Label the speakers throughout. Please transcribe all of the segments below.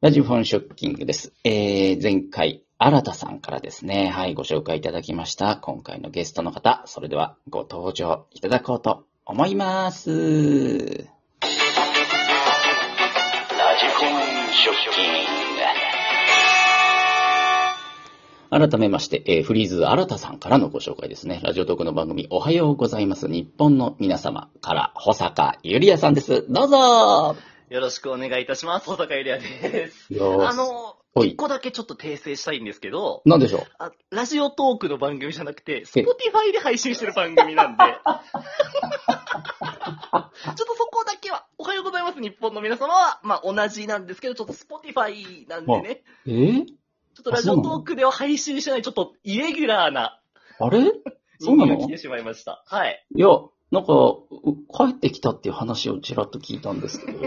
Speaker 1: ラジオフォンショッキングです。えー、前回、新田さんからですね、はい、ご紹介いただきました。今回のゲストの方、それではご登場いただこうと思います。ラジコンショッキング。改めまして、えー、フリーズ新田さんからのご紹介ですね。ラジオトークの番組、おはようございます。日本の皆様から、保坂ゆりやさんです。どうぞ
Speaker 2: よろしくお願いいたします。保坂ゆりやです。
Speaker 1: あ
Speaker 2: の、一個だけちょっと訂正したいんですけど。
Speaker 1: なんでしょう
Speaker 2: あラジオトークの番組じゃなくて、Spotify で配信してる番組なんで。ちょっとそこだけは、おはようございます、日本の皆様は、まあ同じなんですけど、ちょっと Spotify なんでね。
Speaker 1: えー、ち
Speaker 2: ょっとラジオトークでは配信してない、ちょっとイレギュラーな。
Speaker 1: あれ そうなの
Speaker 2: 来てしまいました。はい。
Speaker 1: いや、なんか、帰ってきたっていう話をちらっと聞いたんですけ ど。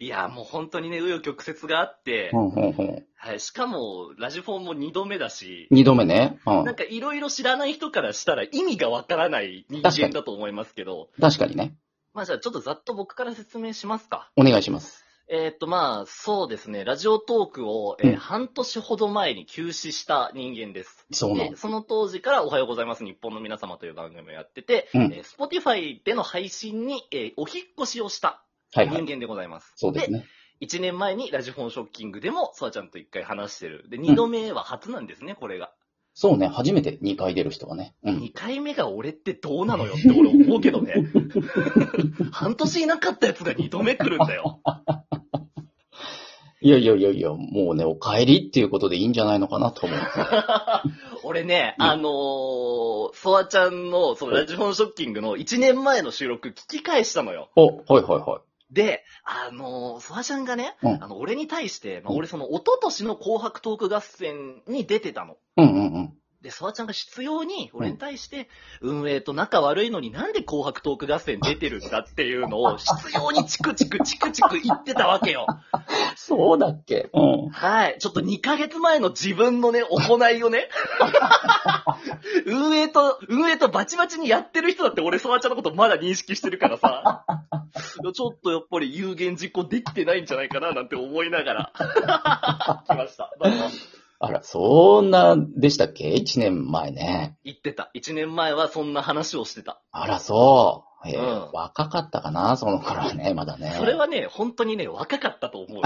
Speaker 2: いや、もう本当にね、紆余曲折があって、
Speaker 1: うんうんうん、
Speaker 2: はい、しかも、ラジフォンも2度目だし、
Speaker 1: 2度目ね。
Speaker 2: うん、なんかいろいろ知らない人からしたら意味がわからない人間だと思いますけど。
Speaker 1: 確かにね。
Speaker 2: まあじゃあちょっとざっと僕から説明しますか。
Speaker 1: お願いします。
Speaker 2: えっ、ー、とまあ、そうですね、ラジオトークを、えー、半年ほど前に休止した人間です。
Speaker 1: うん、そうなん
Speaker 2: その当時からおはようございます日本の皆様という番組をやってて、うん、えー、Spotify での配信に、えー、お引越しをした人間でございます。
Speaker 1: はいはい、そうですね。
Speaker 2: 1年前にラジフォンショッキングでも、そわちゃんと1回話してる。で、2度目は初なんですね、うん、これが。
Speaker 1: そうね、初めて2回出る人はね。
Speaker 2: うん、2回目が俺ってどうなのよって俺思うけど ね。半年いなかったやつが2度目来るんだよ。
Speaker 1: いやいやいやいや、もうね、お帰りっていうことでいいんじゃないのかなと思う。
Speaker 2: 俺ね、うん、あのー、ソワちゃんの、そのラジフォンショッキングの1年前の収録聞き返したのよ。。
Speaker 1: お、はいはいはい
Speaker 2: で、あのー、ソワちゃんがね、うん、あの、俺に対して、まあ、俺その、一昨年の紅白トーク合戦に出てたの。
Speaker 1: うんうんうん。
Speaker 2: で、ソワちゃんが必要に、俺に対して、運営と仲悪いのになんで紅白トーク合戦出てるんだっていうのを、必要にチクチクチクチク言ってたわけよ。。
Speaker 1: そうだっけうん
Speaker 2: はい。ちょっと2ヶ月前の自分のね、行い をね、運営と、運営とバチバチにやってる人だって俺、ソワちゃんのことまだ認識してるからさ、ちょっとやっぱり有言実行できてないんじゃないかななんて思いながら、来ました。
Speaker 1: あら、そんな、でしたっけ ?1 年前ね。
Speaker 2: 言ってた。1年前はそんな話をしてた。
Speaker 1: あら、そう。えー、うん、若かったかな、その頃はね、まだね。
Speaker 2: それはね、本当にね、若かったと思う。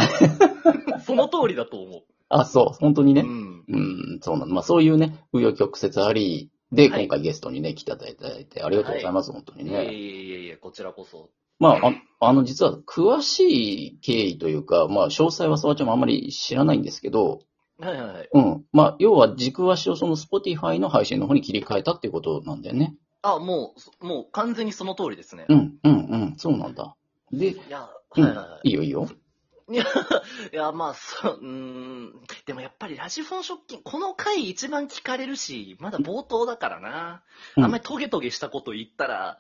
Speaker 2: その通りだと思う。、
Speaker 1: あ、そう、本当にね。うんうん、そうなの。まあ、そういうね、紆余曲折あり、で、はい、今回ゲストにね、来ていただいて、ありがとうございます、はい、本当にね。
Speaker 2: いえいえいえ、こちらこそ。
Speaker 1: まあ、ああの、実は、詳しい経緯というか、まあ、詳細はそばちゃんもあんまり知らないんですけど、
Speaker 2: はいはいはい。
Speaker 1: うん。まあ、要は軸足をその Spotify の配信の方に切り替えたっていうことなんだよね。
Speaker 2: あ、もう、もう完全にその通りですね。
Speaker 1: うん、うん、うん。そうなんだ。で、
Speaker 2: いや、
Speaker 1: うん、はいはい、いいよいいよ。
Speaker 2: いや、いやまあ、そう、うん。でもやっぱりラジフォンショッキング、この回一番聞かれるし、まだ冒頭だからな。うん、あんまりトゲトゲしたこと言ったら、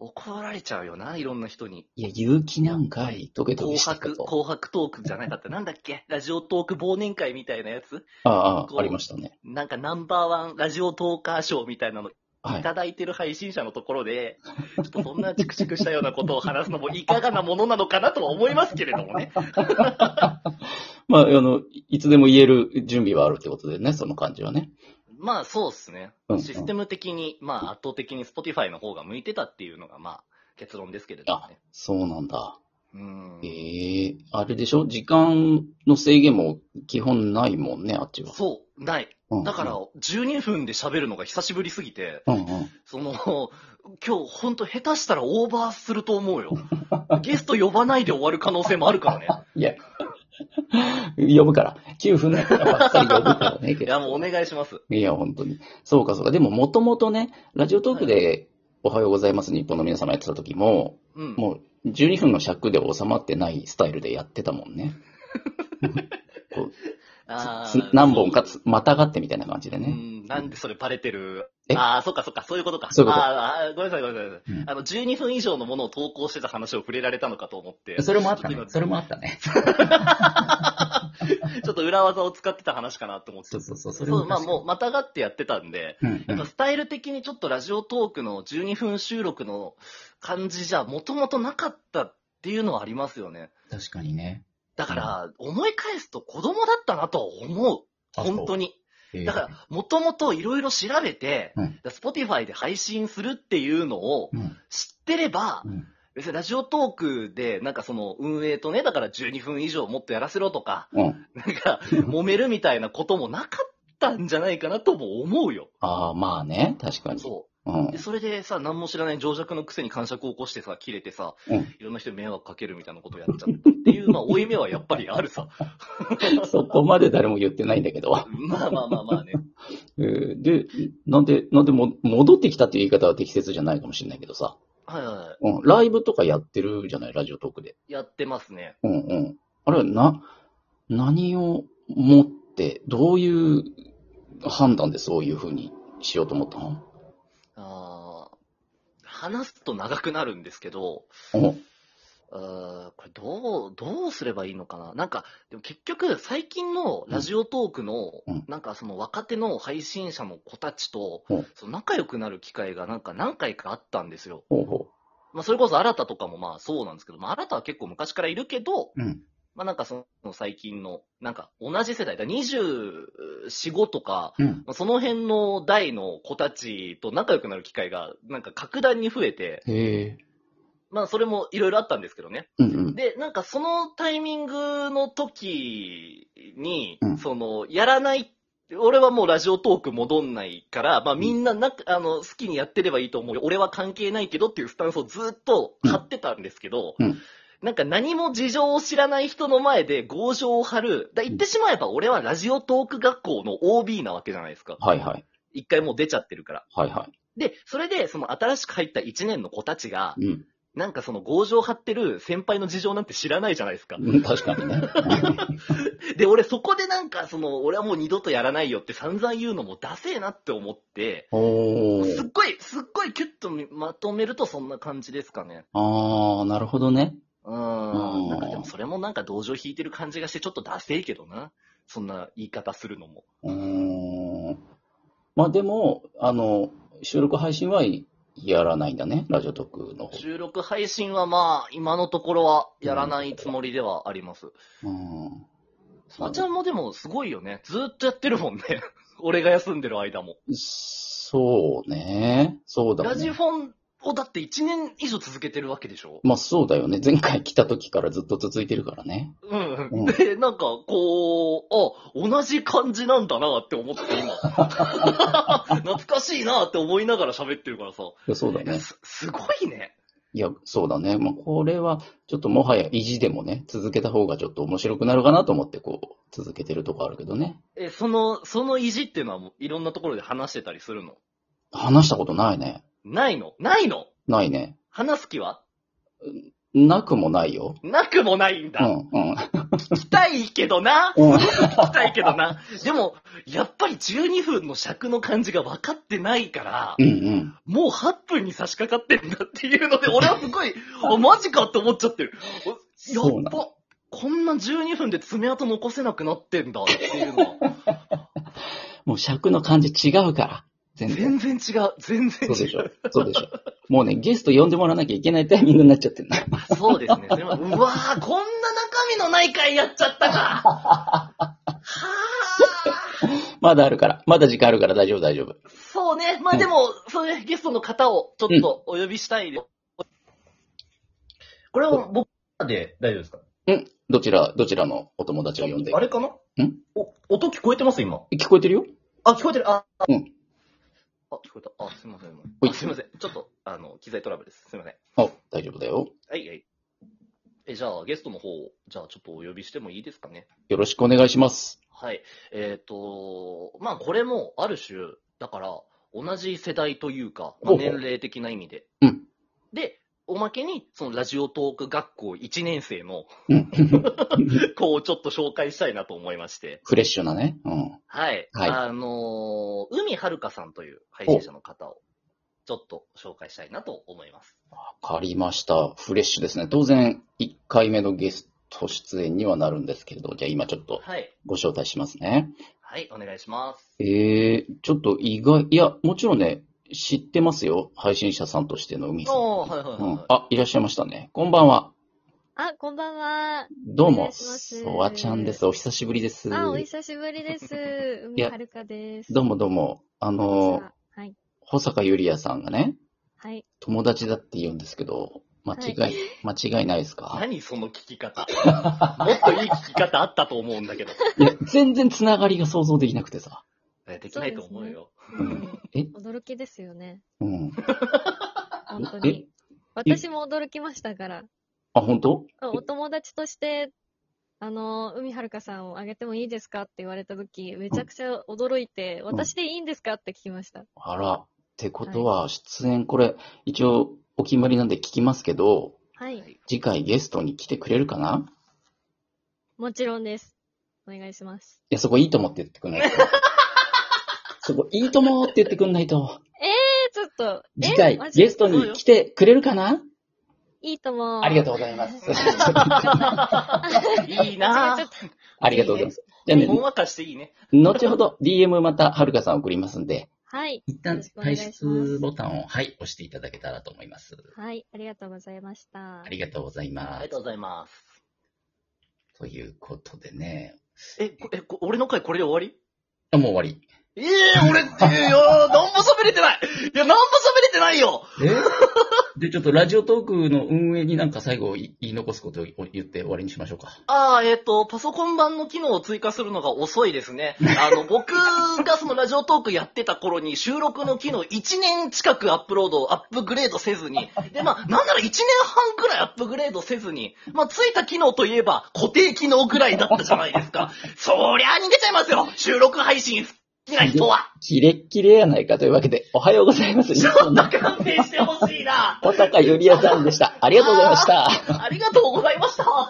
Speaker 2: 怒られちゃうよな、いろんな人に。
Speaker 1: いや、勇気なんかい、トゲトゲ
Speaker 2: 紅白、紅白トークじゃなかった。なんだっけラジオトーク忘年会みたいなやつ
Speaker 1: ああ、ありましたね。
Speaker 2: なんかナンバーワンラジオトーカー賞みたいなの、いただいてる配信者のところで、はい、ちょっとそんなチクチクしたようなことを話すのもいかがなものなのかなとは思いますけれどもね。
Speaker 1: まあ、あの、いつでも言える準備はあるってことでね、その感じはね。
Speaker 2: まあそうですね。システム的に、うんうん、まあ圧倒的に Spotify の方が向いてたっていうのが、まあ結論ですけれども、ね、
Speaker 1: そうなんだ。
Speaker 2: うん。
Speaker 1: ええー、あれでしょ時間の制限も基本ないもんね、あっちは。
Speaker 2: そう、ない。うんうん、だから、12分で喋るのが久しぶりすぎて、
Speaker 1: うんうん、
Speaker 2: その、今日ほんと下手したらオーバーすると思うよ。 ゲスト呼ばないで終わる可能性もあるからね。
Speaker 1: いや、 呼ぶから。9分だからばっかり呼ぶからね。
Speaker 2: いや、もうお願いします。
Speaker 1: いや、本当に。そうか、そうか。でも、もともとね、ラジオトークで、おはようございます、日本の皆様やってた時も、
Speaker 2: うん、
Speaker 1: もう、12分の尺で収まってないスタイルでやってたもんね。何本かつ、またがってみたいな感じでね。
Speaker 2: んなんでそれバレてる。ああ、そっかそっか、そういうことか。
Speaker 1: そういうこと
Speaker 2: ああ、ごめんなさいごめんなさい。うん、あの、12分以上のものを投稿してた話を触れられたのかと思って。
Speaker 1: それもあったね。それもあったね。
Speaker 2: ちょっと裏技を使ってた話かなと思って。
Speaker 1: そうそうそう。
Speaker 2: そそう、まあもう、またがってやってたんで、
Speaker 1: うんうん、
Speaker 2: やっぱスタイル的にちょっとラジオトークの12分収録の感じじゃ、もともとなかったっていうのはありますよね。
Speaker 1: 確かにね。
Speaker 2: だから、思い返すと子供だったなとは思う。
Speaker 1: あそう
Speaker 2: 本当に。
Speaker 1: えー
Speaker 2: だから、、もともといろいろ調べて、
Speaker 1: うん
Speaker 2: スポティファイで配信するっていうのを
Speaker 1: うん。
Speaker 2: 知ってれば、
Speaker 1: うん。
Speaker 2: 別にラジオトークで、なんかその運営とね、だから12分以上もっとやらせろとか、
Speaker 1: うん。
Speaker 2: なんか揉めるみたいなこともなかったんじゃないかなとも思うよ。
Speaker 1: ああ、まあね。確かに。
Speaker 2: そうう。
Speaker 1: ん。
Speaker 2: で、それでさ、何も知らない情弱のくせに感触を起こしてさ、切れてさ、
Speaker 1: うん
Speaker 2: いろんな人に迷惑かけるみたいなことをやっちゃったっていう、まあ、負い目はやっぱりあるさ。
Speaker 1: そこまで誰も言ってないんだけど。
Speaker 2: まあまあまあまあね。
Speaker 1: えーで、なんで、なんでも、戻ってきたっていう言い方は適切じゃないかもしれないけどさ。
Speaker 2: はいはいは
Speaker 1: うん。ライブとかやってるじゃない、ラジオトークで。
Speaker 2: い。やってますね。
Speaker 1: うんうん。あれはな、何を持って、どういう判断でそういうふうにしようと思ったの
Speaker 2: あー話すと長くなるんですけど、
Speaker 1: うん。
Speaker 2: うーんこれどう、どうすればいいのかななんか、でも結局最近のラジオトークの、
Speaker 1: うん
Speaker 2: なんかその若手の配信者の子たちと、
Speaker 1: うん
Speaker 2: その仲良くなる機会がなんか何回かあったんですよ。
Speaker 1: ほうほ
Speaker 2: まあそれこそ新たとかもまあそうなんですけど、まあ新たは結構昔からいるけど、
Speaker 1: う。うん。
Speaker 2: まあなんかその最近の、なんか同じ世代だ、24、5とか、
Speaker 1: うん。
Speaker 2: まあその辺の代の子たちと仲良くなる機会が、なんか格段に増えて、
Speaker 1: へえ。
Speaker 2: まあそれもいろいろあったんですけどね。
Speaker 1: うんうん。
Speaker 2: で、なんかそのタイミングの時に、
Speaker 1: うん
Speaker 2: その、やらない、俺はもうラジオトーク戻んないから、まあみんななんか、あの、好きにやってればいいと思うよ。俺は関係ないけどっていうスタンスをずっと張ってたんですけど、
Speaker 1: うんうん
Speaker 2: なんか何も事情を知らない人の前で強情を張る。だ言ってしまえば俺はラジオトーク学校の OB なわけじゃないですか。
Speaker 1: はいはい。
Speaker 2: 一回もう出ちゃってるから。
Speaker 1: はいは
Speaker 2: で、それで、その新しく入った1年の子たちが、
Speaker 1: い。うん
Speaker 2: なんかその強情張ってる先輩の事情なんて知らないじゃないですか。
Speaker 1: うん。確かにね。
Speaker 2: で、俺そこでなんか、その、俺はもう二度とやらないよって散々言うのもダセえなって思って、
Speaker 1: お
Speaker 2: すっ
Speaker 1: ー。
Speaker 2: ごい、すっごいキュッとまとめるとそんな感じですかね。
Speaker 1: あー、なるほどね。
Speaker 2: う
Speaker 1: うん
Speaker 2: ん。なんかでもそれもなんか同情引いてる感じがしてちょっとダセえけどな。そんな言い方するのも。
Speaker 1: うーん。まあでも、あの、収録配信はやらないんだね、ラジオトークの方。
Speaker 2: 収録配信はまあ、今のところはやらないつもりではあります。
Speaker 1: うん。
Speaker 2: まちゃんもでもすごいよね。ずーっとやってるもんね。 俺が休んでる間も。
Speaker 1: そうね。そうだ
Speaker 2: ラ
Speaker 1: よ
Speaker 2: ジ
Speaker 1: ね。
Speaker 2: フォンをだって1年以上続けてるわけでしょ
Speaker 1: まあそうだよね。前回来た時からずっと続いてるからね。
Speaker 2: うん
Speaker 1: うん
Speaker 2: で、なんか、こう、あ、同じ感じなんだなって思って今。 懐かしいなって思いながら喋ってるからさ。
Speaker 1: いやそうだね。
Speaker 2: す、すごいね。
Speaker 1: いや、そうだね。まあこれは、ちょっともはや意地でもね、続けた方がちょっと面白くなるかなと思って、こう、続けてるとこあるけどね。
Speaker 2: え、その、その意地っていうのはもういろんなところで話してたりするの
Speaker 1: 話したことないね。
Speaker 2: ないのないの
Speaker 1: ないね。
Speaker 2: 話す気は
Speaker 1: なくもないよ。
Speaker 2: なくもないん
Speaker 1: う
Speaker 2: だ。
Speaker 1: ん、うん。
Speaker 2: 聞きたいけどな。
Speaker 1: うん
Speaker 2: 聞きたいけどな。でも、やっぱり12分の尺の感じが分かってないから、
Speaker 1: うん、うん。
Speaker 2: もう8分に差し掛かってんだっていう ので、俺はすごい、あ、マジかって思っちゃ ってる。お
Speaker 1: そう
Speaker 2: や
Speaker 1: な
Speaker 2: っぱ、こんな12分で爪痕残せなくなってんだっていうの は、
Speaker 1: もう尺の感じ違うから。全然。
Speaker 2: 全然違う、全
Speaker 1: そ
Speaker 2: 然
Speaker 1: うで
Speaker 2: 違
Speaker 1: し
Speaker 2: う。
Speaker 1: ょ。そうでしょ。もうね、ゲスト呼んでもらわなきゃいけないタイミングになっちゃってんだ。
Speaker 2: あそうですね。でもうわぁ、こんな中身のない回やっちゃったか。はぁ。
Speaker 1: まだあるから。まだ時間あるから大丈夫、大丈夫。
Speaker 2: そうね。まあでも、そうね、ゲストの方をちょっとお呼びしたい。これは僕らで大丈夫ですか
Speaker 1: うんどちら、どちらのお友達を呼んで。
Speaker 2: あれかなんお、音聞こえてます今。
Speaker 1: 聞こえてるよ
Speaker 2: あ、聞こえてる。あ、あ
Speaker 1: うん
Speaker 2: あ、聞こえた。あ、すいません。
Speaker 1: はい
Speaker 2: あすいません。ちょっと、あの、機材トラブルです。すいません。
Speaker 1: あ、大丈夫だよ。
Speaker 2: はい、はい。え、じゃあ、ゲストの方を、じゃあ、ちょっとお呼びしてもいいですかね。
Speaker 1: よろしくお願いします。
Speaker 2: はい。えっ、と、まあ、これも、ある種、だから、同じ世代というか、ま
Speaker 1: ほ
Speaker 2: あ
Speaker 1: うほう
Speaker 2: 年齢的な意味で。
Speaker 1: うん
Speaker 2: で、おまけに、その、ラジオトーク学校1年生の
Speaker 1: うん、
Speaker 2: 子をちょっと紹介したいなと思いまして。
Speaker 1: フレッシュなね。うん。
Speaker 2: はい。
Speaker 1: はい
Speaker 2: あのー海はるかさんという配信者の方を、ちょっと紹介したいなと思います。
Speaker 1: わかりました。フレッシュですね。当然、1回目のゲスト出演にはなるんですけれど、じゃあ今ちょっと
Speaker 2: はい。
Speaker 1: ご招待しますね。
Speaker 2: はい、お願いします。
Speaker 1: ええちょっと意外、いや、もちろんね、知ってますよ。配信者さんとしての海
Speaker 2: あ
Speaker 1: さん。
Speaker 2: あ、はいはいは
Speaker 1: う
Speaker 2: い
Speaker 1: ん
Speaker 2: はい。
Speaker 1: あ、いらっしゃいましたね。こんばんは。
Speaker 3: あ、こんばんは。
Speaker 1: どう
Speaker 3: お願
Speaker 1: も、
Speaker 3: いします
Speaker 1: ソワちゃんです。お久しぶりです。
Speaker 3: あ、お久しぶりです。
Speaker 1: い
Speaker 3: 海
Speaker 1: や
Speaker 3: はるかです。
Speaker 1: どうもどうも、あの、
Speaker 3: はい。
Speaker 1: 保坂ゆりやさんがね、
Speaker 3: はい。
Speaker 1: 友達だって言うんですけど、間違い、 間違いないですか
Speaker 2: 何その聞き方。もっといい聞き方あったと思うんだ けど。
Speaker 1: いや、全然つながりが想像できなくてさ。
Speaker 2: えできないと思うよ。
Speaker 1: うんえ
Speaker 3: 驚きですよね。
Speaker 1: うん。
Speaker 3: 本当
Speaker 1: え
Speaker 3: に。私も驚きましたから。
Speaker 1: あ、本当
Speaker 3: あお友達として、あの、海はるかさんをあげてもいいですかって言われたとき、めちゃくちゃ驚いて、私でいいんですかって聞きました。
Speaker 1: あら。ってことは、出演、これ、一応、お決まりなんで聞きますけど、
Speaker 3: はい。
Speaker 1: 次回ゲストに来てくれるかな
Speaker 3: もちろんです。お願いします。
Speaker 1: いや、そこいいともって言ってくん ないと。そこいいともって言ってくんないと。
Speaker 3: え、ちょっと、え
Speaker 1: 次回
Speaker 3: マジ
Speaker 1: ゲストに来てくれるかない
Speaker 3: いとも。
Speaker 1: ありがとうございます。
Speaker 2: いい
Speaker 3: 間
Speaker 2: な
Speaker 3: 違
Speaker 2: ぁ
Speaker 3: えち。ゃっ
Speaker 1: ありがとうございます。じゃあね
Speaker 2: ほ、んわかしていいね。
Speaker 1: 後ほど DM またはるかさん送りますんで、
Speaker 3: た。はい。
Speaker 1: 一
Speaker 3: よ
Speaker 1: 旦
Speaker 3: ろしくお
Speaker 1: 退
Speaker 3: 願いします
Speaker 1: 出ボタンを、はい、押していただけたらと思います。
Speaker 3: はい。ありがとうございました。
Speaker 1: ありがとうござい
Speaker 2: あ
Speaker 1: ま
Speaker 2: りがとうございます。
Speaker 1: す。ということでね、
Speaker 2: え、こえ、こ俺の回これで終わり
Speaker 1: あもう終わり。
Speaker 2: ええ俺って、いや、なんも喋れてないいや、なんも喋れてないよ
Speaker 1: え で、ちょっとラジオトークの運営になんか最後い言い残すことを言って終わりにしましょうか。
Speaker 2: ああ、えっ、と、パソコン版の機能を追加するのが遅いですね。あの、僕がそのラジオトークやってた頃に収録の機能1年近くアップロード、アップグレードせずに。で、まあ、なんなら1年半くらいアップグレードせずに。まあ、ついた機能といえば固定機能ぐらいだったじゃないですか。そりゃあ逃げちゃいますよ収録配信好きな 人は。
Speaker 1: キレッキレやないかというわけで、おはようございます。
Speaker 2: ちょっと勘弁してほしいな。
Speaker 1: 小坂ゆりやさんでした。ありがとうございました。
Speaker 2: ありがとうございました。